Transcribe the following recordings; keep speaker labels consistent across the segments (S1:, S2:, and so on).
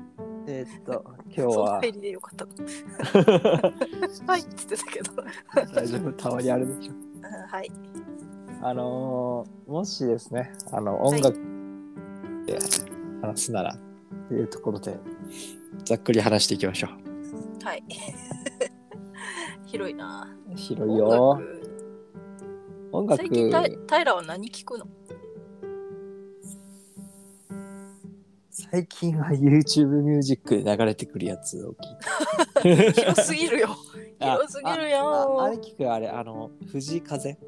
S1: ちょっと今日は
S2: 入りでよかった。はいっつってたけど。
S1: 大丈夫たまにあるでしょ
S2: うんはい。
S1: あのーもしですねあの音楽で話すならっていうところでざっくり話していきましょう
S2: はい。広いな。
S1: 広いよ音楽
S2: 最近タイタイラは何聞くの？
S1: 最近は YouTube ミュージックで流れてくるやつを聞い て
S2: 広すぎるよ。
S1: あ
S2: 広すぎるよ
S1: あああれ聞くあれあの藤井風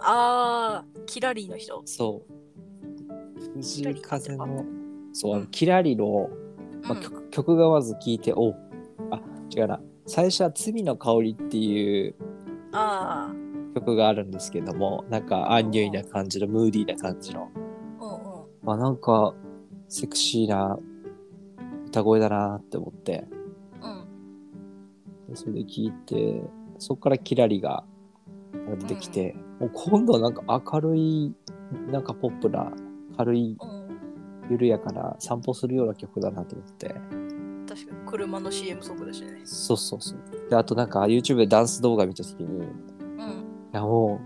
S2: ああ、キラリーの人。
S1: そう藤
S2: キラ
S1: 井
S2: リ
S1: 風
S2: あ
S1: のそうあのキラリロを、まあ
S2: うん
S1: 曲曲がまず聞いておうあ違うな最初は「罪の香り」っていう
S2: ああ、
S1: 曲があるんですけどもなんかアンニュイな感じのムーディーな感じの
S2: うんうん。
S1: あなんかセクシーな歌声だなって思って
S2: うん、
S1: それで聞いてそこからキラリが出てきて、もう今度はなんか明るいなんかポップな軽い
S2: うん、
S1: 緩やかな散歩するような曲だなと思って
S2: 確かに車の CM ソングだしね。
S1: そうそうそうであとなんか YouTube でダンス動画見た時にい
S2: うん。
S1: やもう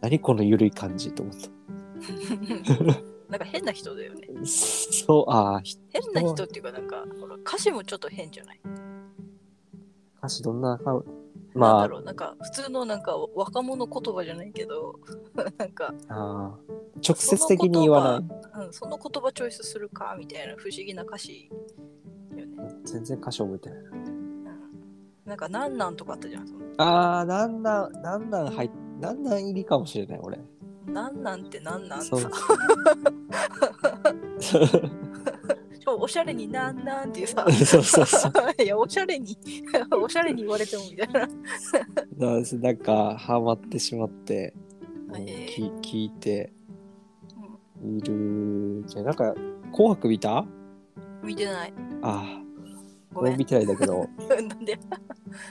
S1: 何この緩い感じと思った
S2: なんか変な人だよね。
S1: そうああ
S2: 変な人っていうかなんかほら歌詞もちょっと変じゃない。
S1: 歌詞どんなか
S2: なん
S1: ま
S2: だろうなんか普通のなんか若者言葉じゃないけど なんか、
S1: ああー直接的に言わない
S2: うん、その言葉チョイスするかみたいな不思議な歌詞よね、
S1: 全然歌詞覚えてない
S2: うん、なんかなんなんとかあったじゃんその
S1: ああなんなんなんなん入っなんなん入りかもしれない俺
S2: なんなんってなんなん
S1: そう
S2: さ超おしゃれになんなんっていうさ
S1: そうそうそう
S2: いやおしゃれに おしゃれに言われてもみたいな
S1: なんかなんかハマってしまって、
S2: は
S1: うん
S2: い
S1: き聞いているじゃあなんか「紅白」見たあ
S2: 見てない
S1: あ
S2: ごめ
S1: 俺
S2: ん
S1: 見てないんだけ ど
S2: な んで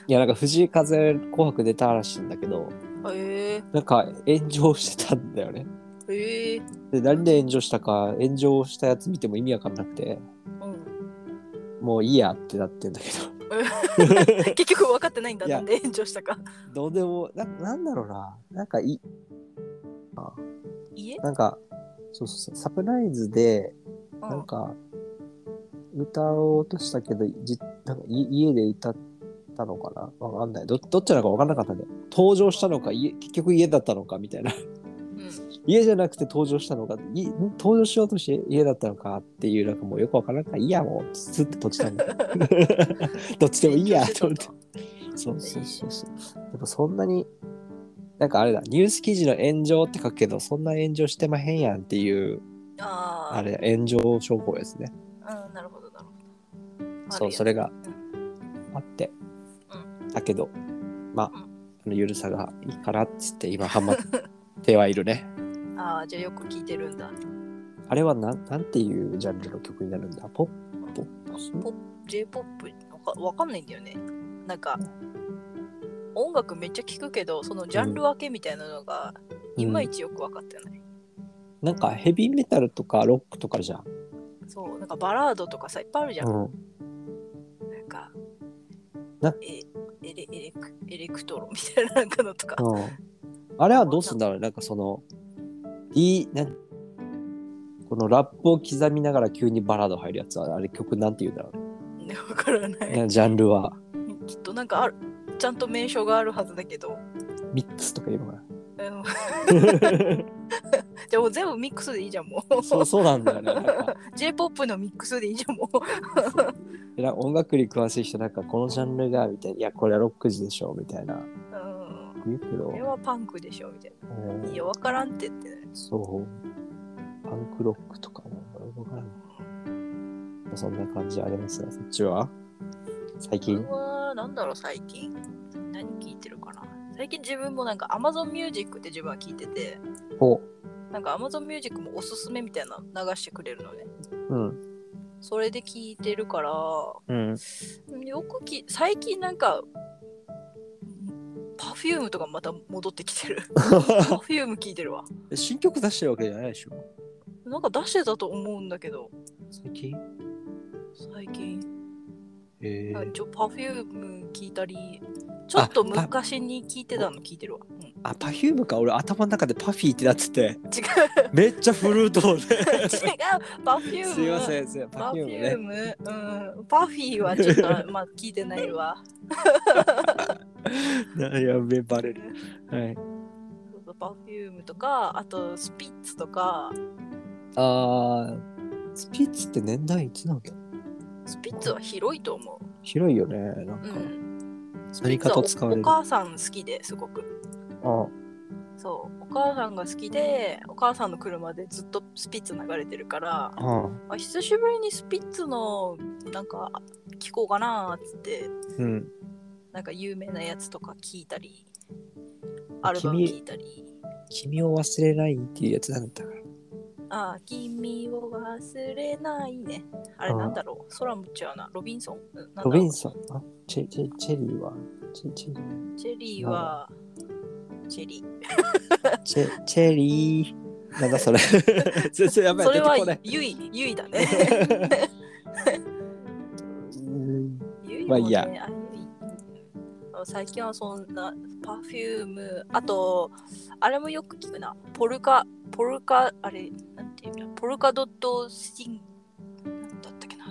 S1: いやなんか藤井風「紅白」出たらしいんだけど
S2: え
S1: なんか炎上してたんだよね
S2: ー、えー、
S1: で何で炎上したか炎上したやつ見ても意味わかんなくて
S2: うん
S1: もういいやってなってんだけ
S2: 結局分かってないんだ
S1: いや
S2: なんで炎上したか
S1: どどうでもななんだろうななんかい
S2: 家
S1: なんかそうそうそうサプライズで
S2: う
S1: なん
S2: ん
S1: か歌おうとしたけどじなんかい家で歌ったのかなわかんないどどっちなのかわかんなかったんだよ登場したのか家結局家だったのかみたいな
S2: うん
S1: 家じゃなくて登場したのかいん登場しようとして家だったのかっていうなんかもうよくわからんからいいやもうスッと閉じたんだよ どっちでもいいやと思ってそうそうそうそう。でもそんなに、なんかあれだ、ニュース記事の炎上って書くけど、そんな炎上してまへんやんっていう、
S2: ああ
S1: あれ、炎上商法ですね。
S2: うんなるほどなるほど
S1: そう、そ
S2: れ
S1: れがあって。だけど、まあ、あのゆるさがいいからっつって今ハマってはいるね。
S2: ああじゃあよく聞いてるんだ
S1: あれはなん、なんていうジャンルの曲になるんだポップ
S2: ポ J-POP わかわかんないんだよねなんか音楽めっちゃ聞くけどそのジャンル分けみたいなのがいまいちよく分かってない、
S1: なんかヘビーメタルとかロックとかあるじゃん。
S2: そうなんかバラードとかさいっぱいあるじゃん、
S1: うん。
S2: なんか
S1: な
S2: えエレエレクエレクトロみたいななんかのとか、
S1: うん、あれはどうすんだろうねなんかその、いい、なんこのラップを刻みながら急にバラード入るやつは、あれ曲なんて言うんだろ
S2: ねわからな
S1: うね。
S2: い
S1: ジャンルは
S2: きっとなんかあるちゃんと名称があるはずだけど、
S1: ミックスとか言うのか
S2: うん、
S1: な。
S2: でも全部ミックスでいいじゃんもう
S1: そうそうなんだよね。なんか
S2: J-POP のミックスでいいじゃんもう
S1: でなんか音楽に詳しい人なんかこのジャンルがみたいな、いやこれはロック時でしょみたいな
S2: うん
S1: 言うけど
S2: これ、はパンクでしょみたい
S1: うん
S2: な。いや、わからんって言ってね。
S1: そう、パンクロックとかなんかわからないそんな感じありますね。そっちは最
S2: これ
S1: 近
S2: は、なんだろう、最近。何聞いてるかな。最近自分もなんか Amazon Music って自分は聞いてて、
S1: お
S2: なんか Amazon Music もおすすめみたいなの流してくれるのね。
S1: うん。
S2: それで聞いてるから、
S1: うん。
S2: よくき、最近なんか、パフュームとかまた戻ってきてる。パフューム聞いてるわ。
S1: 新曲出してるわけじゃないでしょ
S2: なんか出してたと思うんだけど、
S1: 最近
S2: 最近。
S1: え
S2: あ
S1: ー、
S2: ちょ、パフューム聞いたり、ちょっと昔に聞いてたの聞いてるわ。 うん、違う。
S1: あ、パフュームか。俺、頭の中でパフィーってなってて、めっちゃフルートをね。
S2: 違う。パフューム。
S1: すいません、すいません。
S2: パ
S1: パ
S2: フ
S1: フュ
S2: ュ
S1: ーム
S2: ー
S1: ね。
S2: ム、うん、パフィーはちょっと、まあ、聞いてないわ。
S1: やべ、 バレる。はい。
S2: そうそうパフュームとか、あとスピッツとか、
S1: あー、スピッツって年代いつなんだ
S2: スピッツは広いと思う。
S1: 広いよね。なん
S2: う
S1: か、
S2: ん。
S1: 何かと使われ
S2: お
S1: る。
S2: 母さん好きですごく。
S1: あ
S2: そう。お母さんが好きで、お母さんの車でずっとスピッツ流れてるから、
S1: あ、
S2: あ久しぶりにスピッツの、なんか、聞こうかなーっつって、
S1: うん。
S2: なんか有名なやつとか聞いたり、アルバム聞いたり。
S1: 君を忘れないっていうやつなんだったから。
S2: ああ、君を忘れないね。あれ
S1: ああ
S2: なんだろう空も違うな。ロビンソンうんなんだろ
S1: ロ
S2: う
S1: ビンソン。あ、チェチェチェリーは。チェチェリー。
S2: チェリーは、チェリー。
S1: チェチェリー。なんだ それ。全然やばい。
S2: それは
S1: 出てこない
S2: ゆい、ゆい だね。
S1: うん
S2: ゆい
S1: まあ
S2: もね、
S1: いいや
S2: あゆいあ最近はそんな、パフューム、あと、あれもよく聞くな。ポルカ、ポルカ、あれ、なんていうんだ、ポルカドットシン、なんだったっけな。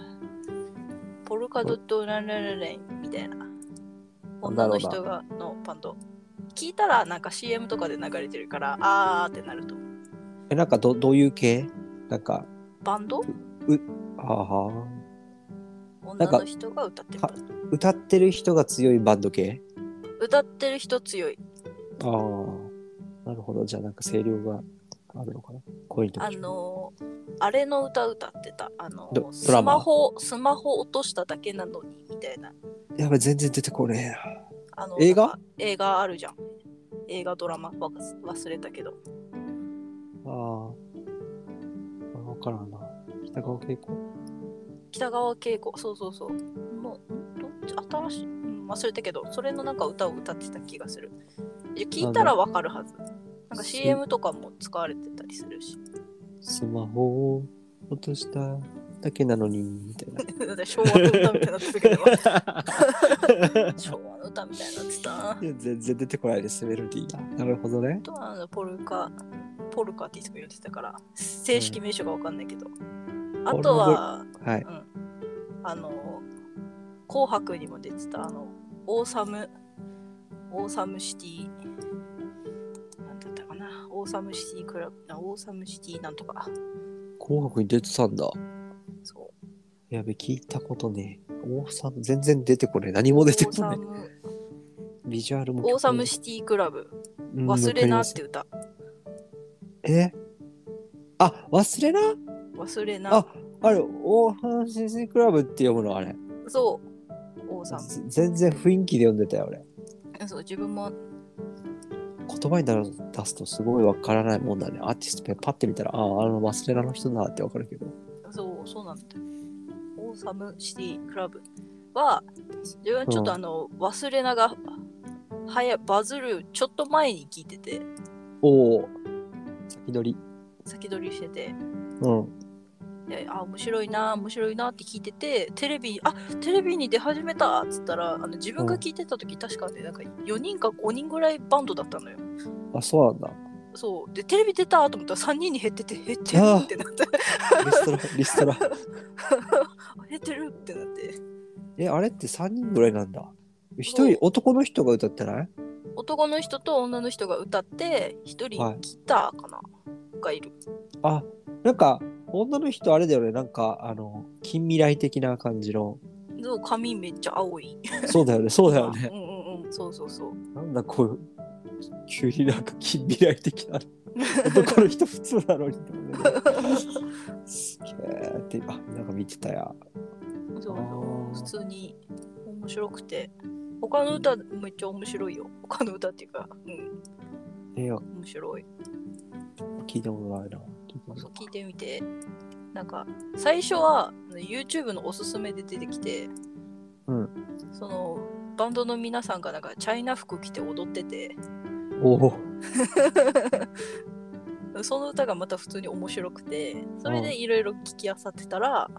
S2: ポルカドットランランランランみたいな。女の人がのバンド。聞いたらなんか CM とかで流れてるから、あーってなると思う。
S1: え、なんかどどういう系なんか、
S2: バンド
S1: あは
S2: 女の人が歌ってる
S1: か。歌ってる人が強いバンド系
S2: 歌ってる人強い。
S1: ああ。なるほど。じゃあなんか声量があるのかな恋と
S2: あのーあれの歌歌ってた。あのー
S1: ド
S2: ス
S1: ドラマ
S2: マホ、スマホ落としただけなのにみたいな。
S1: やばい、全然出てこねえな。
S2: あの
S1: 映画
S2: なんか映画あるじゃん。映画ドラマわか忘れたけど。
S1: あーあ。わからんな。北川景子
S2: 北川景子、そうそうそう。もうどっち新しい、うん忘れたけど、それのなんか歌を歌ってた気がする。いや聞いたらわかるはず。なん
S1: す
S2: か CM とかも使われてたりするし。
S1: スマホを落としただけなのに、みたいな。
S2: だって昭和の歌みたいになってたけ ど、昭和の歌みたいになってたな。
S1: いや 全然出てこないです、メロディーが。なるほどね
S2: あ。とはあのポルカ、ポルカっていつも言ってたから、正式名称がわかんないけど。あとは、
S1: はい。
S2: あの、紅白にも出てた、あの、オーサム、オーサムシティ、なんだったかな、オーサムシティクラブ、あオーサムシティなんとか、
S1: 紅白に出てたんだ。
S2: そう。
S1: やべ、聞いたことねえ。王さん、全然出てこねえ。何も
S2: オ
S1: 出て
S2: ー
S1: こ
S2: サ
S1: ない。
S2: ム、
S1: ビジュアルも。
S2: オーサムシティクラブ、
S1: うん
S2: 忘れなっ。
S1: わか
S2: て歌、
S1: りますえあ、忘れな
S2: 忘れな
S1: あ、あれ、オーハンシスクラブって読むのあれ。
S2: そう、オーサム
S1: ぜ全然雰囲気で読んでたよ、俺。
S2: うん。そう、自分も、
S1: 言葉になる出すとすごいわからないもんだね。アーティストペンパって見たら、ああ、あの忘れなの人だってわかるけど。
S2: そう、そうなんだよ。オーサムシティクラブは、自分ちょっとあの、忘れなが、はや、バズるちょっと前に聞いてて、
S1: おお。先取り。
S2: 先取りしてて、
S1: うん。
S2: であ面白いな面白いなって聞いててテレビあテレビに出始めたっつったらあの自分が聞いてた時、確かねなんか4人か5人ぐらいバンドだったのよ
S1: あ、そうなんだ。
S2: そうでテレビ出たと思ったら3人に減ってて減ってる
S1: あー
S2: ってなって
S1: リストラ、リストラ。
S2: 減ってるってなって
S1: え、あれって3人ぐらいなんだ。一人、男の人が歌ってない
S2: 男の人と女の人が歌って1人
S1: はい
S2: ギターかな、がいる
S1: あ、なんか、女の人あれだよね。なんか、あの、近未来的な感じの。
S2: そう髪めっちゃ青い
S1: そうだよね、そうだ
S2: うん
S1: よ ね。
S2: うんうんそうそうそう
S1: なんだこう、急になんか近未来的な。男の人普通なのにって思うよね。すげえって、あ、なんか見てたや。
S2: そう
S1: あ
S2: そう
S1: ー
S2: 普通に面白くて他の歌めっちゃ面白いよ他の歌っていうかうん
S1: ええ
S2: 面白い
S1: 聞いたことないな。聞いたこと
S2: そう
S1: ない
S2: 聞いてみてなんか最初は YouTube のおすすめで出てきて、
S1: うん
S2: そのバンドの皆さんがなんかチャイナ服着て踊ってて
S1: おお。
S2: その歌がまた普通に面白くてそれでいろいろ聞きあさってたら、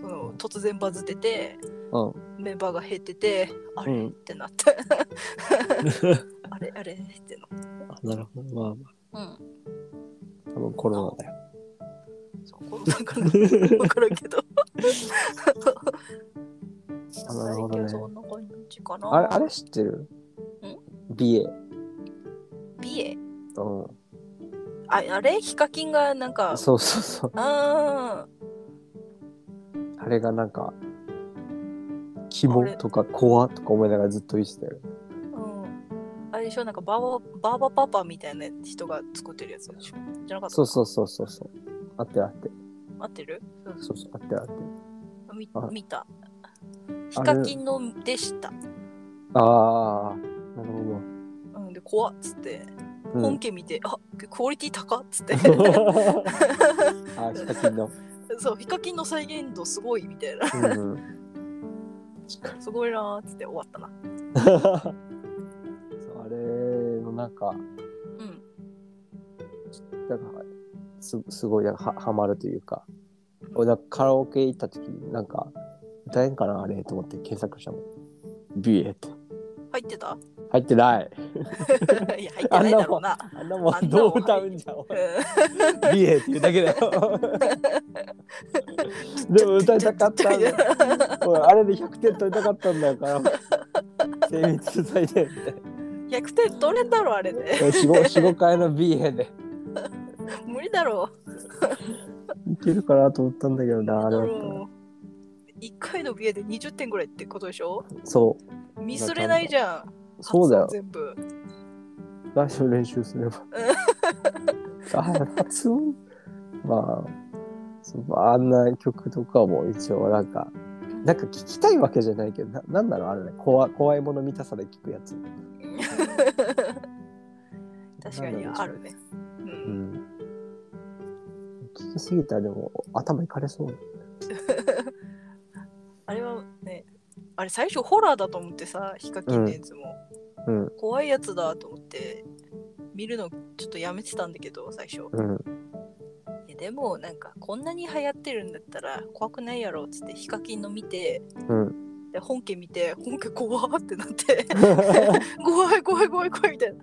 S2: そうん、突然バズってて
S1: うん
S2: メンバーが減っててあれ、
S1: うん
S2: ってなって あれあれってな
S1: あなるほど。まあま
S2: うん
S1: あ、多分コロナだよ。
S2: そうこの中 の分からんけど
S1: あ なるほどね
S2: 最近はそんな感じかな
S1: あれ、あれ知ってる ?BA。
S2: 美瑛
S1: うん。
S2: ああれヒカキンがなんか
S1: そうそうそう。
S2: あ
S1: あれがなんか、希望とか怖とか思いながらずっと言ってたよ。
S2: ーうんあれでしょなんかバーババーバパパみたいな人が作ってるやつでしょじゃなかった
S1: そうそうそうそうそう。あってるあってる。
S2: 合ってるそ
S1: そ
S2: う
S1: うそう、あってるあってる。
S2: そうみ
S1: あ
S2: 見たヒ
S1: あれ
S2: カキンのでした
S1: ああ、なる
S2: うんで怖っつって
S1: ほど。う
S2: 本
S1: ん。
S2: 家見て、あクオリティ高っつっ て
S1: あ、ヒカキンの。
S2: そうヒカキンの再現度すごいみたい な
S1: うんうん。確かに。
S2: すごいなーっつって終わったな
S1: そうあれのなんか、
S2: うん
S1: なんかすすごいなんかははまるというか俺なんかカラオケ行った時になんか歌えんかなあれと思って検索したもんビエって
S2: 入って た
S1: 入ってない
S2: いや入ってないだろうな
S1: あんなも
S2: あん
S1: ん
S2: なも
S1: ど
S2: ん
S1: う歌うんじゃん
S2: う
S1: 俺ビエって言うだけだ よでも歌いたかった んだよ俺あれで100点取りたかったんだよ カラオケ精密剤で
S2: ん100点取れんだろあれで
S1: 45回のビエで
S2: 無理だろ
S1: いけるかなと思ったんだけどなあ
S2: う
S1: れだっ
S2: 1回のビエで20点ぐらいってことでしょ
S1: たらそう
S2: ミスれないじゃん
S1: そうだよ
S2: 発音全部
S1: 来週練習すれ ば。あ発音まあそうまああんな曲とかも一応なんかなんか聞きたいわけじゃないけどななんなのあれね怖怖いもの見たさで聞くやつ、
S2: 確かにあるねう
S1: うんん、聞きすぎたらでも頭いかれそう
S2: あれはねあれ最初ホラーだと思ってさヒカキンのやつも、
S1: うん
S2: 怖いやつだと思って見るのちょっとやめてたんだけど最初
S1: うん
S2: いやでもなんかこんなに流行ってるんだったら怖くないやろっつってヒカキンの見て
S1: うん
S2: で本家見て本家怖ーってなって 怖い怖い怖い怖いみたいな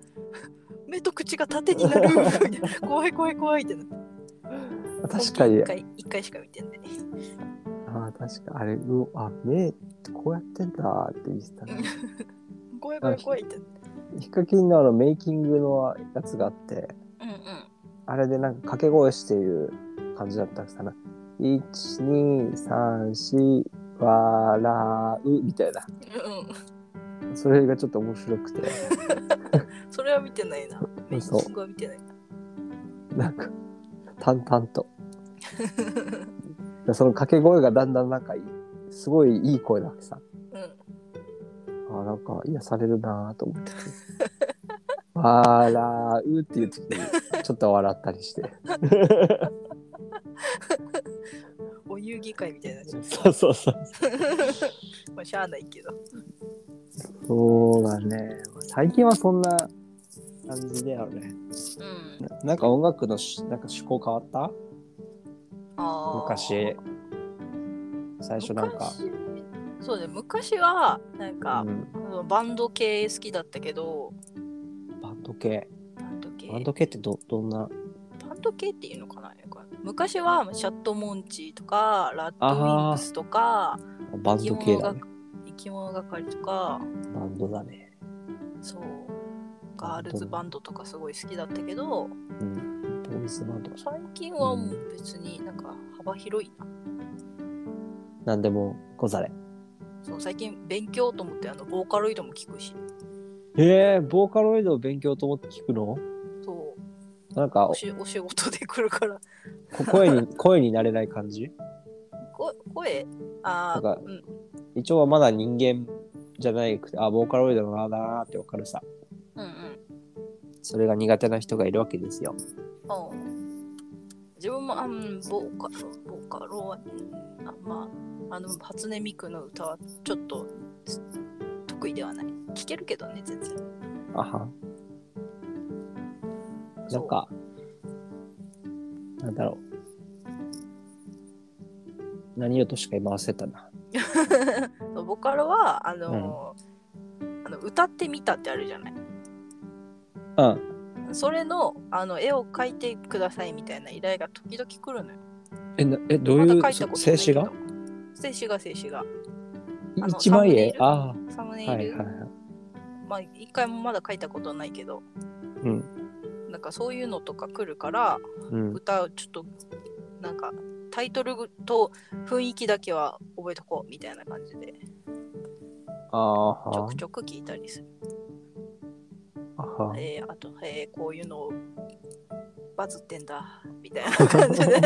S2: 目と口が縦にな るみたいな怖い怖い怖いってなって
S1: 確かに
S2: 1回一回しか見てない
S1: あー確かあれうあ目こうやってんだって言ってたね
S2: 怖い怖い怖いってなって
S1: ヒカキンのあのメイキングのやつがあって
S2: うん
S1: あれでなんか掛け声している感じだったんですかな。1、2、3、4、笑うみたいな。
S2: うんうん
S1: それがちょっと面白くて、
S2: うんそれは見てないなメイキングは見てない
S1: なんか、淡々と。その掛け声がだんだんなんかいい、すごいいい声だってさ。
S2: うん
S1: あーなんか癒されるなぁと 思って。笑うっていう時に、ちょっと笑ったりして。
S2: お遊戯会みたいなやつ
S1: そうそうそう。
S2: まあしゃあないけど
S1: そうだね。最近はそんな感じだよね。
S2: うん
S1: ななんか音楽のしなんか趣向変わった
S2: あー
S1: 昔最初なんか、
S2: 昔そうだよ昔はなんか
S1: う、ん、
S2: そのバンド系好きだったけど
S1: バンド系
S2: バンド系
S1: バンド系ってどどんな
S2: バンド系っていうのかな昔はシャットモンチーとかラッドウィンクスとか
S1: バン
S2: 生
S1: ド
S2: き
S1: 系
S2: 物
S1: だ
S2: が
S1: ね
S2: 生き物係とか
S1: バンドだね、
S2: そうガールズバンドとかすごい好きだったけど
S1: うん、ボーイズバンド
S2: 最近はもう別になんか幅広いな
S1: なんでもござれ
S2: そう最近勉強と思ってあのボーカロイドも聞くし
S1: へえボーカロイドを勉強と思って聞くの
S2: そう
S1: なんか
S2: おしお仕事で来るから
S1: こ声に声になれない感じ
S2: こ声あ
S1: な
S2: あ
S1: んか
S2: うん
S1: 一応はまだ人間じゃないくてあボーカロイドのなだなってわかるさ
S2: うんうん
S1: それが苦手な人がいるわけですよ
S2: うん自分もあんボーカロボーカロはうんあまああの初音ミクの歌はちょっとす得意ではない聞けるけどね全然
S1: あはなんか、なんだろう。何をとしか今忘れたな。
S2: そうボカロはあのーあの歌ってみたってあるじゃない
S1: うん。
S2: それのあの絵を描いてくださいみたいな依頼が時々来るのよ
S1: え、なえどういう、
S2: まだ描い
S1: そ
S2: たことな
S1: 静
S2: いけ
S1: 止
S2: ど
S1: 画
S2: 静止画静止画あの
S1: 一枚絵
S2: サ
S1: あ
S2: サムネ
S1: あ、は
S2: イ
S1: いはい
S2: ル、
S1: はい。
S2: まあ一回もまだ描いたことないけど
S1: うん。
S2: なんかそういうのとか来るから
S1: うん、
S2: 歌をちょっとなんかタイトルと雰囲気だけは覚えとこうみたいな感じで
S1: あ
S2: ちょ
S1: ー
S2: くちょく聞いたりする
S1: あは
S2: えーあと、えーこういうのバズってんだみたいな感じで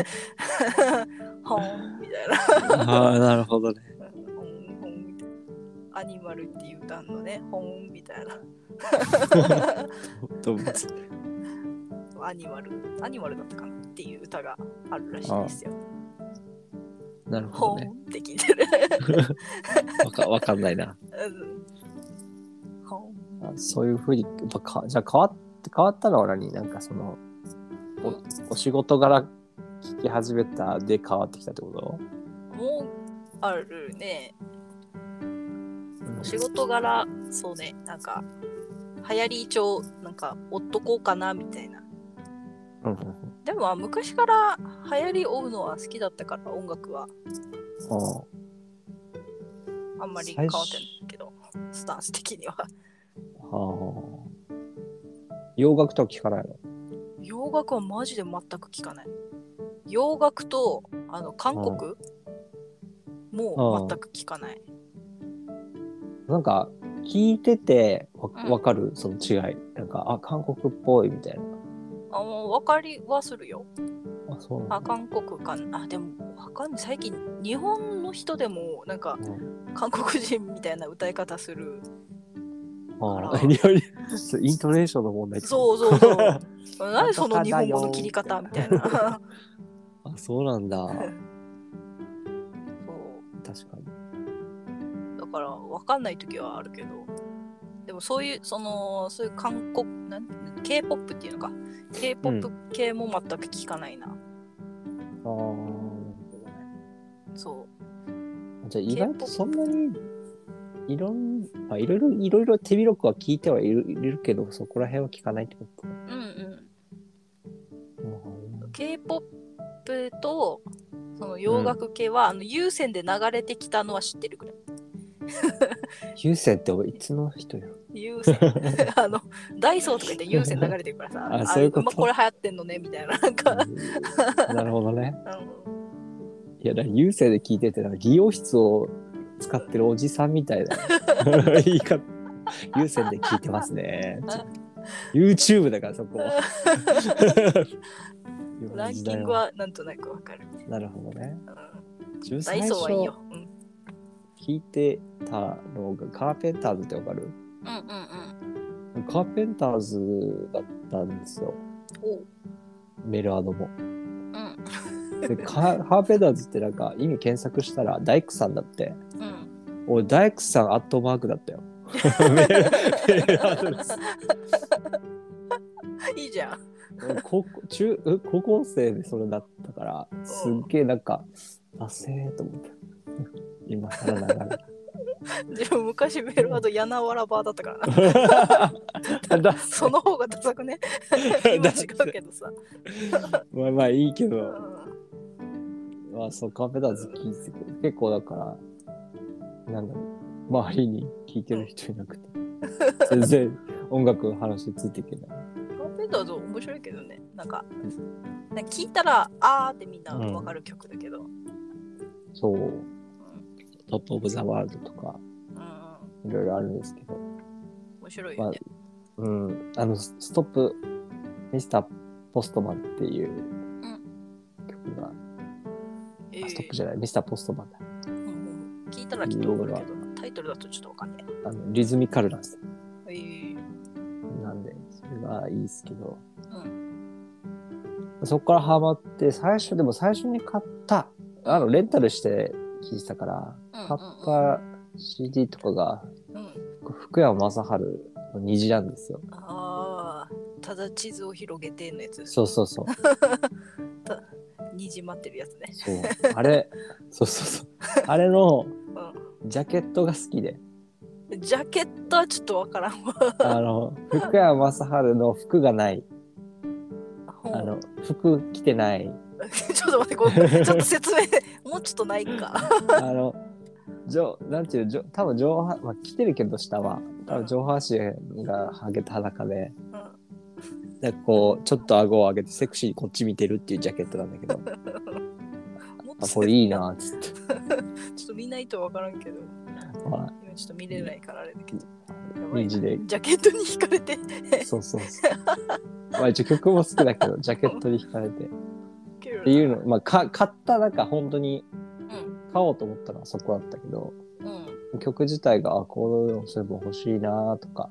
S2: ほんみたいな
S1: あーなるほどね。
S2: ほんほんみたいなアニマルっていう歌のねほんみたいな
S1: 動物。
S2: アニマルアニマルだったかなっていう歌があるらしいですよ
S1: なる
S2: ほ
S1: ほど
S2: ん
S1: ね。
S2: って聞いてる
S1: わかわかんないな。
S2: うんほん
S1: あそういうふうに、やっぱかじゃあ変わって変わったのは何なんかそのお、お仕事柄聞き始めたで変わってきたってこと
S2: もうあるねお仕事柄そうねなんか流行り帳なんか追っとこうかなみたいな
S1: うんうん
S2: でも昔から流行り追うのは好きだったから音楽は
S1: うん。あ
S2: あんまり変
S1: 最初
S2: わってないけどスタンス的には
S1: あー。洋楽とは聞かないの
S2: 洋楽はマジで全く聞かない洋楽とあの韓国もう全く聞かない
S1: なんか聞いててわ
S2: うん
S1: わかる、その違い。なんか、あ、韓国っぽいみたいな。
S2: あもう分かりはするよ
S1: あ、そうなんだ
S2: あ韓国かなあでもわかんない最近日本の人でもなんか
S1: うん
S2: 韓国人みたいな歌い方する
S1: あ
S2: あら
S1: ー いやいやそうイントネーションの問題
S2: そう
S1: う
S2: そ うそう何その日本語の切り方みたいな
S1: あそうなん だ
S2: そう
S1: 確かに
S2: だから分かんない時はあるけどでもそういうそのそういう韓国なん k p o p っていうのか k p o p 系も全く聞かないな、
S1: あ
S2: そ
S1: ーじゃあ意外とそんなにいろん、まあ、いろいろいろいろ手広くは聞いてはいるいるけどそこら辺は聞かないってこと
S2: ううんう
S1: うん
S2: ん k p o p とその洋楽系は、あの有線で流れてきたのは知ってるぐらい
S1: 優先っていつの人 よ
S2: 有 線あのダイソーとか言って有線流れてるからさ
S1: あそういうこと
S2: まこれ流行ってんのねみたいななんか、
S1: なるほどね
S2: あの
S1: いやだから優先で聞いててなんか美容室を使ってるおじさんみた いな言い方優先で聞いてます ね YouTube だからそこ
S2: ランキングはなんとなくわかる、
S1: なるほどね
S2: うん
S1: 自分
S2: ダイ
S1: 最
S2: ソー
S1: 初
S2: はいいよ、うん、うん
S1: 聞いてたのがカーペンターズってわかる
S2: うんうん
S1: カーペンターズだったんですよ
S2: おう
S1: メルアドも。
S2: うん
S1: でカーカーペンターズってなんか意味検索したら大工さんだって
S2: うん、
S1: 俺大工さんアットマークだ ったよ。メルメールアドレス
S2: いいじゃん。
S1: 俺高校中え高校生でそれだったからすっげえなんかダセーと思 って今更ながら。
S2: でも昔メールアドヤナワラバーだったからな。
S1: だ
S2: その方がダサ くね。今違うけどさ。
S1: まあまあいいけ
S2: う
S1: ど。
S2: ん
S1: まあそうカーペンターズ聞いてくる結構だからなんだろう周りに聞いてる人いなくて全然音楽の話ついていけない
S2: カーペンターズ面白いけどね。なんか、なんか聞いたら、あーってみんなわかる曲だけど。うん
S1: そう「トップ・オブ・ザ・ワールド」とか
S2: うん
S1: いろいろあるんですけど
S2: 面白いよね。
S1: うんあの「スストップ・ミスター・ポストマン」っていう曲が、
S2: ええ
S1: あストップじゃないミスター・ポストマンだ
S2: うんうん聞いたらきっとわかるけど、タイトルだとちょっとわかんない。
S1: あのリズミカルなんですよ
S2: ええ
S1: なんでそれがいいですけど、
S2: う
S1: そこからハマって最初でも最初に買ったあのレンタルして聴いてたから
S2: うん
S1: 買った CD とかが
S2: うん。
S1: 福山雅治の虹なんですよ
S2: ああ、ただ地図を広げてのやつ。
S1: そうそうそう
S2: じまってるやつね。
S1: そうあれそうそうそうあれのジャケットが好きで
S2: ジャケットはちょっとわからんわ。
S1: あの福山雅治の服がない
S2: ほ
S1: あ
S2: う
S1: の服着てない
S2: ちょっと待って、ごめんちょっと説明、もうちょっとないか。
S1: あの上なんていう上多分上半、まあ、着てるけど下は多分上半身がはげた裸で
S2: うん
S1: でこうちょっと顎を上げてセクシーにこっち見てるっていうジャケットなんだけど
S2: もっと
S1: あこれいいなっつって、
S2: ちょっと見ないとわからんけど、
S1: ま
S2: 今ちょっと見れないからあれだけど。や
S1: あ、
S2: ば
S1: い
S2: い
S1: い
S2: な
S1: 字で
S2: ジャケットに惹かれて、
S1: そうそうそうまあ一応曲も好きだけどジャケットに惹かれて
S2: けるな
S1: っていうの、まあ、か買ったなんか本当に
S2: ん
S1: 買おうと思ったのはそこだったけど、
S2: うん。
S1: 曲自体があこういうのすれば欲しいなとか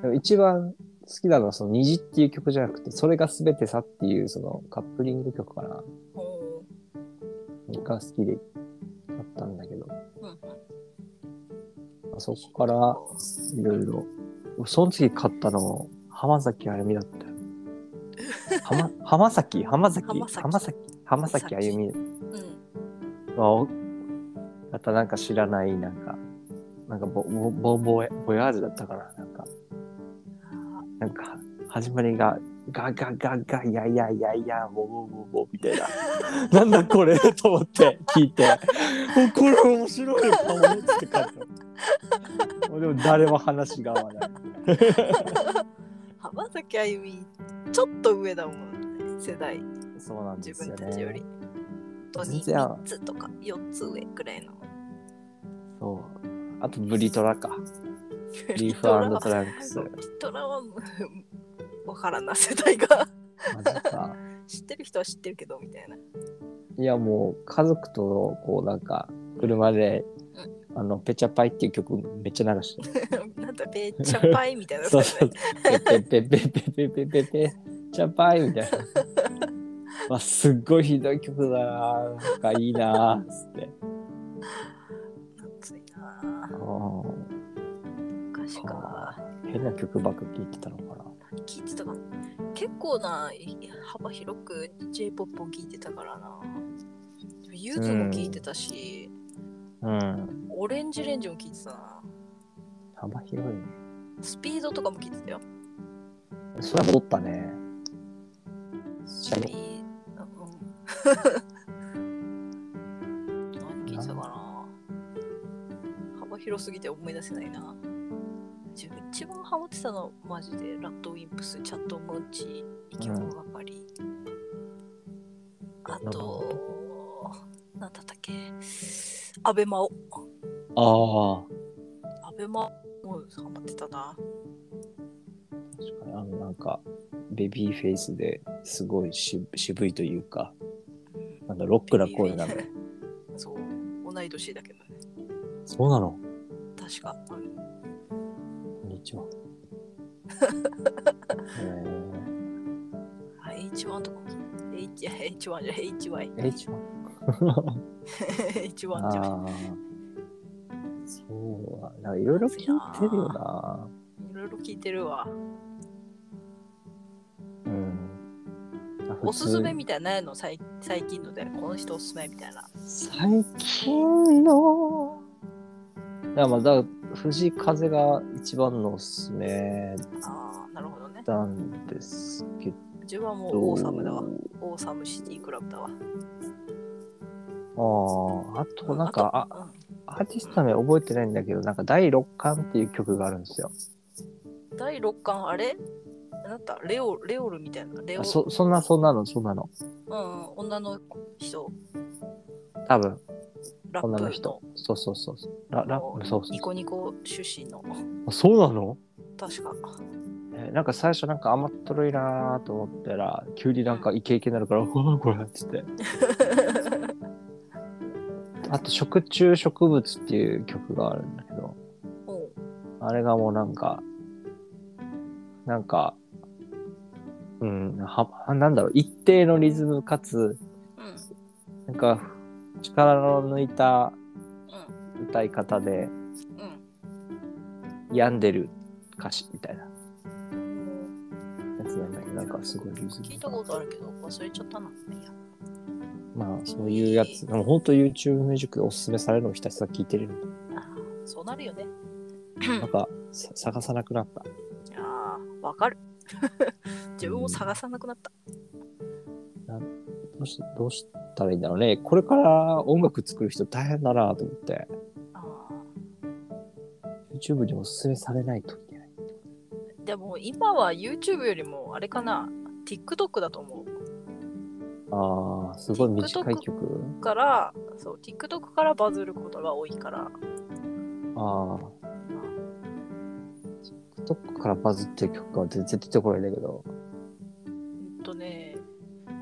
S2: う。
S1: でも一番好きなのはその「虹」っていう曲じゃなくて「それが全てさ」っていうそのカップリング曲かなん
S2: ほ
S1: が好きで買ったんだけど、
S2: う
S1: ま
S2: ん
S1: あそこからいろいろその次買ったの浜崎あゆみだったよ浜浜崎浜崎
S2: 浜崎
S1: 浜崎浜崎あゆみ
S2: う。うん。
S1: まあおまたなんか知らない、なんか、なんかボ、ボ、ボ、ボヤボヤージュだったかな、なんか、なんか、始まりが、ガガガガ、いやいやいやいや、ボボボボ、みたいな。 なんだこれと思って聞いて、おこれ面白いかもって書いた。 もうでも誰も話が合わない。
S2: 浜崎あゆみ、ちょっと上だもん、ね、世代、
S1: そうなん
S2: 自
S1: です
S2: 分
S1: よ
S2: たちよ
S1: ね
S2: り。。と
S1: 全
S2: に
S1: 然
S2: 3つとか4つ上くらいの。
S1: そう。あと、ブリトラか。リーフ
S2: トラ
S1: トランク ス。マ
S2: トラはうんわからんな世代が
S1: ジか。
S2: 知ってる人は知ってるけどみたいない
S1: やもう家族とこうなんか車で、あのペチャパイっていう曲めっちゃ流してる。
S2: なんだペッチャパイみたいな
S1: そう
S2: やつだ
S1: そ
S2: よ
S1: う
S2: ね。
S1: ペペペペペペペペペチャパイみたいな。まあすっごいひどい曲だな。なんかいいなっつって。
S2: 暑いな
S1: あ
S2: ぁ
S1: ー
S2: 昔か
S1: 変な曲ばっか聴いてたのかな。
S2: 聞いてたかな結構ない幅広く J-POP を聞いてたからなユーズも聞いてたし、
S1: うん。
S2: オレンジレンジも聞いてたな
S1: 幅広いね。
S2: スピードとかも聞いてたよ
S1: それは戻ったね。
S2: ス
S1: ャ
S2: ピ
S1: レ
S2: ードうん何聞いてたかな幅広すぎて思い出せないな自分一番ハマってたのはマジでラッドウィンプスチャットモンチ生き物係、あ
S1: なるほ
S2: と何だったっけアベマを
S1: ああ。
S2: アベマもうハマってたな
S1: 確かにあのなんかベビーフェイスですごいし渋いというか、なんだロックな声なの。
S2: そう同い年だけどね
S1: そうなの
S2: 確か
S1: こんにちは。え
S2: あ H1 とか H H1 じゃない HY
S1: ー、H は
S2: H1 じゃない
S1: ああ。そうだ。なんかいろいろ聞いてるよな。
S2: いろいろ聞いてるわ
S1: うん。あ
S2: おすすめ
S1: 普
S2: みたいなのないの最最近のでこの人おすすめみたいな
S1: 通最近の。いやまあ、だから藤井風が一番のおすすめ
S2: あーなるほどね
S1: なんですけど。
S2: 自分はもうオーサムだわオーサムシティクラブだわ
S1: ああ、あとなんか、あ
S2: あと
S1: アーティスト名覚えてないんだけど、なんか第六巻っていう曲があるんですよ。
S2: うん第6巻あれなんだレオレオルみたいなレオ
S1: あそ、そんな、そんなの、そんなの。
S2: うんうん、女の人
S1: 多分、
S2: ラッ
S1: 女
S2: プ
S1: の人。そうそうそうそう。ラ、ラップ、そうそう
S2: ニコニコ出身の
S1: あそうなの
S2: 確か
S1: えーなんか最初なんか甘っとろいなーと思ったら、急になんかイケイケになるから、う わこれっつって。あと、食虫植物っていう曲があるんだけど、
S2: おう
S1: あれがもうなんか、なんか、うん、は、なんだろう、一定のリズムかつ、
S2: うん
S1: なんか力の抜いた
S2: う
S1: 歌い方で
S2: ん
S1: 病んでる歌詞みたいな
S2: うん
S1: やつなんだけどなんかすごいリズム
S2: 聞いたことあるけど忘れちゃったな。いや
S1: まあそういうやつ、でも本当 YouTube ミュージックでおすすめされるのをひたすら聞いてるの。
S2: そうなるよね。
S1: なんかさ探さなくなった。
S2: ああ、わかる。 自分を探さなくなった。
S1: どうしどうしたらいいんだろうね。これから音楽作る人大変だなと思って、
S2: あ
S1: YouTube におすすめされないといけない。
S2: ーでも今は YouTube よりもあれかな、TikTok だと思
S1: ああ、すごい短い
S2: TikTok
S1: 曲。
S2: うから、そう、TikTok からバズることが多いから、
S1: ああ。TikTok からバズってる曲が全然出てこないんだけど。
S2: うんとね、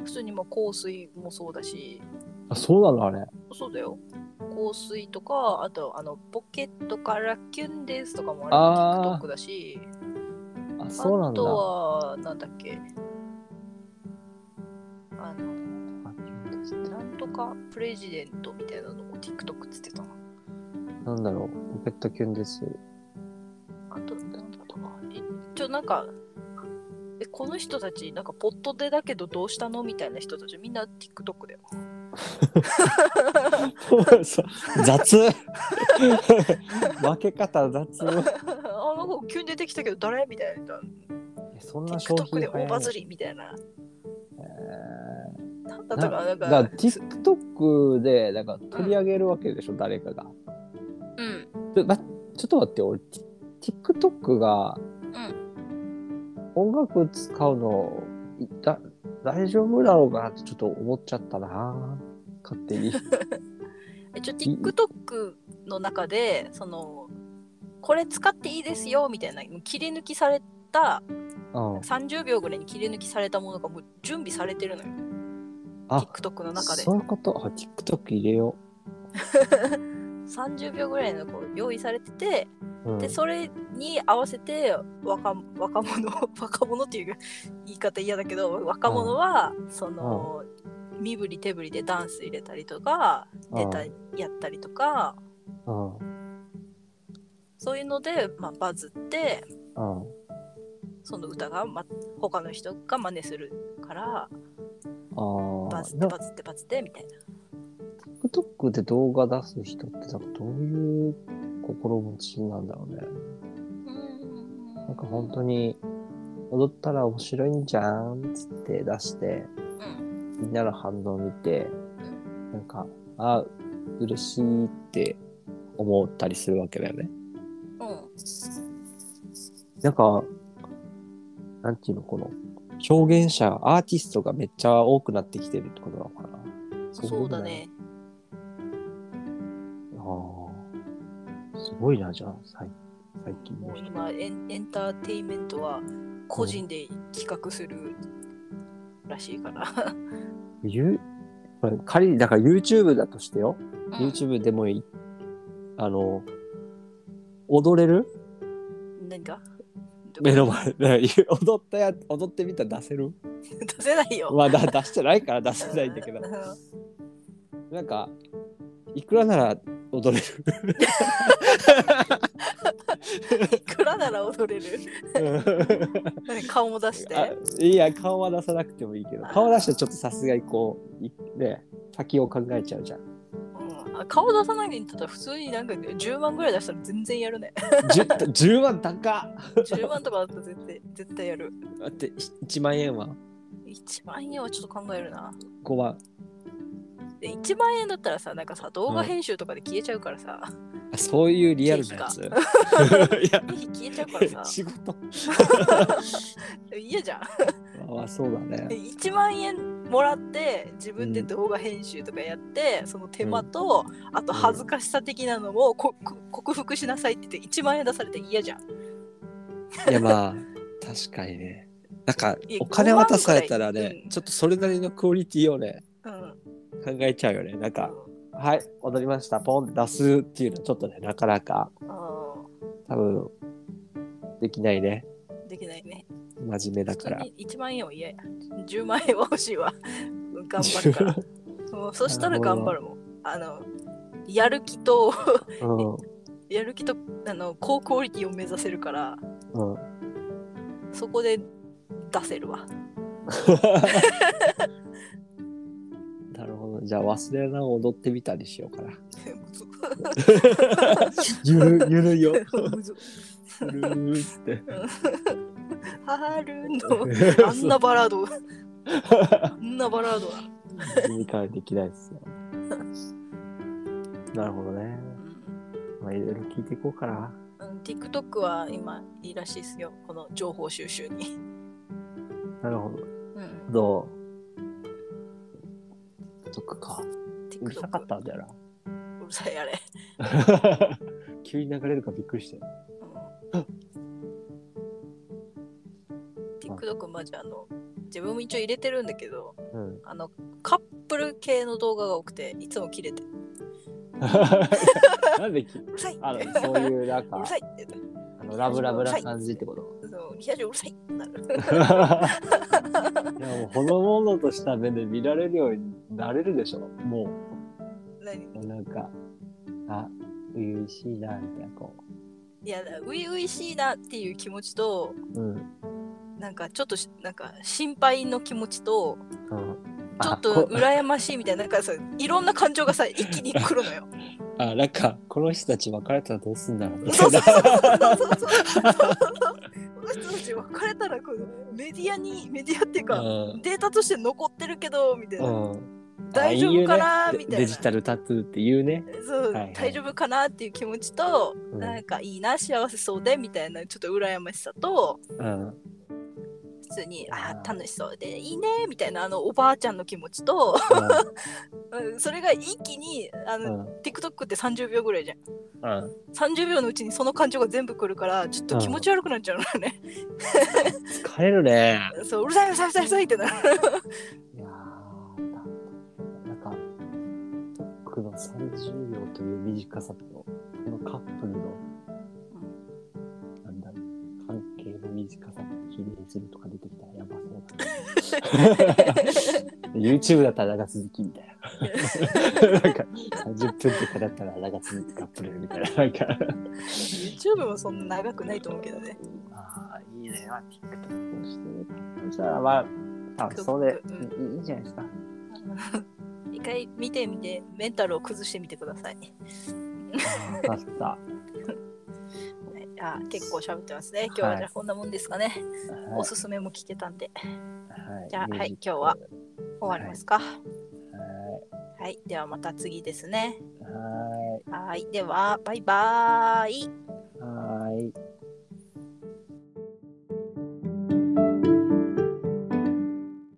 S2: 普通にまあ香水もそうだし、
S1: あ、そうなのあれ。
S2: そうだよ。香水とか、あと、あの、ポケットからキュンですとかもあれ
S1: あ
S2: も
S1: ー
S2: TikTok だし、
S1: あ、そうなん
S2: あ
S1: だ。
S2: とは、なんだっけ、あの、なんとかプレジデントみたいなのも TikTok っつってたな。
S1: なんだろう。ポケットキュンです。
S2: あと、なんだったかな。一応なんか、え、この人たち、なんかポットでだけどどうしたのみたいな人たち、みんな TikTok だよ。
S1: 雑分け方雑
S2: あ、なんか急に出てきたけど誰みたいな。
S1: そんな商品
S2: TikTok で
S1: 流行
S2: 大
S1: ら
S2: バ
S1: な
S2: ズ
S1: い
S2: りみたいな。
S1: え
S2: なんだったかな、なん
S1: ーだ
S2: か。
S1: から TikTok でなんか取り上げるわけでしょ、誰かが
S2: うん。
S1: ちょ,、ま、ちょっと待って俺 Ti- TikTok が音楽使うのいだ大丈夫だろうかなってちょっと思っちゃったな勝手 に
S2: 一応 TikTok の中で、その、これ使っていいですよみたいな、切り抜きされた、
S1: うん
S2: 30秒ぐらいに切り抜きされたものがもう準備されてるのよ。
S1: あ
S2: TikTok の中で。
S1: そういうことあ TikTok 入れよ
S2: 30秒ぐらいのこう用意されてて、
S1: う、うん
S2: でそれに合わせて若若者 若者っていう言い方嫌だけど若者はその、身振り手振りでダンス入れたりとか出た、やったりとか
S1: うんうん
S2: そういうので、まあ、バズって
S1: うん
S2: その歌が、ま、他の人が真似するか
S1: あ
S2: らバズって
S1: あ
S2: バズってバズってみたいな
S1: TikTok で動画出す人ってなんかどういう心持ちなんだろうね。なんか本当に踊ったら面白いんじゃんっつって出して、
S2: うん
S1: みんなの反応を見て、なんか、あ、嬉しいって思ったりするわけだよね。
S2: うん
S1: なんか、なんていうの、この表現者、アーティストがめっちゃ多くなってきてるってことなのかな。
S2: そうだね
S1: ああ、すごいな、じゃあ、最最近の
S2: もう
S1: 人。
S2: 今エンエンターテインメントは個人で企画するらしいから、
S1: ゆこれ仮に、だから YouTube だとしてよ。
S2: うん
S1: YouTube でもいい。あの、踊れる
S2: 何が
S1: 目の前で。踊ったや、踊ってみたら出せる
S2: 出せないよ。
S1: まあ、だ出してないから出せないんだけど
S2: う。ん
S1: なんか、いくらなら踊れる
S2: いくらなら踊れる何顔も出し て。
S1: あいや、顔は出さなくてもいいけど、顔出したらちょっとさすがにこう、いね、先を考えちゃうじゃん。
S2: うんあ顔出さないで言ったら普通になんかね10万ぐらい出したら全然やるね。
S1: 10, 10万高っ
S2: 10万とかだったら絶対絶対やる。
S1: だって1万円は
S2: 1万円はちょっと考えるな。
S1: 5万
S2: で1万円だったらさ、なんかさ、動画編集とかで消えちゃうからさ、
S1: あそういうリアルなやつい や
S2: 消えちゃう からさ、
S1: 仕事
S2: 嫌じゃん。
S1: まあそうだ
S2: で
S1: ね
S2: 1万円もらって自分で動画編集とかやって、その手間と、あと恥ずかしさ的なのをここ克服しなさいって言って1万円出されて嫌じゃん
S1: いやまあ確かにねなんか
S2: いや
S1: お金渡されたら
S2: 5万くらい
S1: ね
S2: うん
S1: ちょっとそれなりのクオリティをね
S2: うん
S1: 考えちゃうよねなんかはい踊りましたポンって出すっていうのはちょっとねなかなか
S2: う
S1: 多分できないね
S2: んできないね
S1: 真面目だ
S2: 普
S1: か
S2: 通
S1: ら
S2: に1万円は嫌や10万円は欲しい わうん頑張るからもうそしたら頑張るもんあのやる気と
S1: うん
S2: やる気とあの高クオリティを目指せるから
S1: うん
S2: そこで出せるわ
S1: なるほど。じじゃあ忘れなを踊ってみたりしよう かな。
S2: むず
S1: ゆる、ゆる よ。
S2: むず
S1: ゆるーって。
S2: 春の あんなバラー ドあんなバラードだ、
S1: 理解できないですよ。なるほどね。
S2: うん
S1: まあ、いろいろ聞いていこうかな。
S2: うん、TikTok は今いいらしいですよこの情報収集に、
S1: なるほど。
S2: うん、
S1: どうどっか。うるさかっ
S2: TikTok
S1: たんだよ
S2: うるさい あれ、
S1: な。 急に流れるからびっくりして。
S2: うん、TikTok マジあの自分も一応入れてるんだけど
S1: うん。
S2: あのカップル系の動画が多くていつも切れて「
S1: なんでき、
S2: うるさい!」って
S1: あの、
S2: 「
S1: そういうなん
S2: う
S1: か
S2: る、さい!」って言って
S1: あのラブラブな感じってこと。
S2: そうリア充うるさい!」ってなる
S1: いや、もうほのぼのとした目で見られるようになれるでしょ。も
S2: 何
S1: う、なんか、あ、初々しいな、みたいな、こ
S2: いや初々しいなっていう気持ちと
S1: う。うん。
S2: なんかちょっとしなんか心配の気持ちと
S1: うん、
S2: ちょっと
S1: あこ
S2: 羨ましいみたいななんかさいろんな感情がさ一気に来る のよ。
S1: あ、なんか、この人たち別れたらどうすんだろうみた
S2: そ
S1: いう
S2: そ
S1: な
S2: う。そうそうそうそう。この人たち別れたらこのメディアにメディアっていうか、
S1: うん
S2: データとして残ってるけどみたいな、
S1: うん
S2: 大丈夫かな
S1: あいいよね
S2: みたいな
S1: デジタルタトゥーって言うね。
S2: そう、
S1: はいはい
S2: 大丈夫かなっていう気持ちと、
S1: うん
S2: なんかいいな幸せそうでみたいなちょっと羨ましさと
S1: うん。
S2: 普通に
S1: あー
S2: あー楽しそうでいいねみたいなあのおばあちゃんの気持ちとうんそれが一気にあ
S1: う
S2: の、
S1: ん。
S2: TikTok って30秒ぐらいじゃん
S1: うん。
S2: 30秒のうちにその感情が全部来るからちょっと気持ち悪くなっちゃうのよね、
S1: 疲れるね。
S2: そううるさいうるさいうるさいうるさいってなる
S1: いやーなんか、トックの30秒という短さと、このカップルの、なんだろう、関係の短さ、比例するとか出てきたらやばそうだ。YouTube だったら長続きみたいな。なんか、30分とかだったら長続きカップルみたいな。なんか、
S2: YouTube もそんな長くないと思うけどね。
S1: ああ、いいね。まあ、TikTok をしてる。じゃあ、まあ、あ、そうで、いいいいじゃないですか。
S2: 一回見てみて、メンタルを崩してみてください。
S1: あー、わかっ
S2: はいあ結構喋ってますね。今日はじゃあこんなもんですかね。
S1: た。はい
S2: おすすめも聞けたんで、
S1: はい
S2: じゃあ
S1: ミュージック
S2: はい今日は終わりますか。は、
S1: はい
S2: ではまた次ですね。
S1: い。はーい。
S2: はい、では、バイバーイ。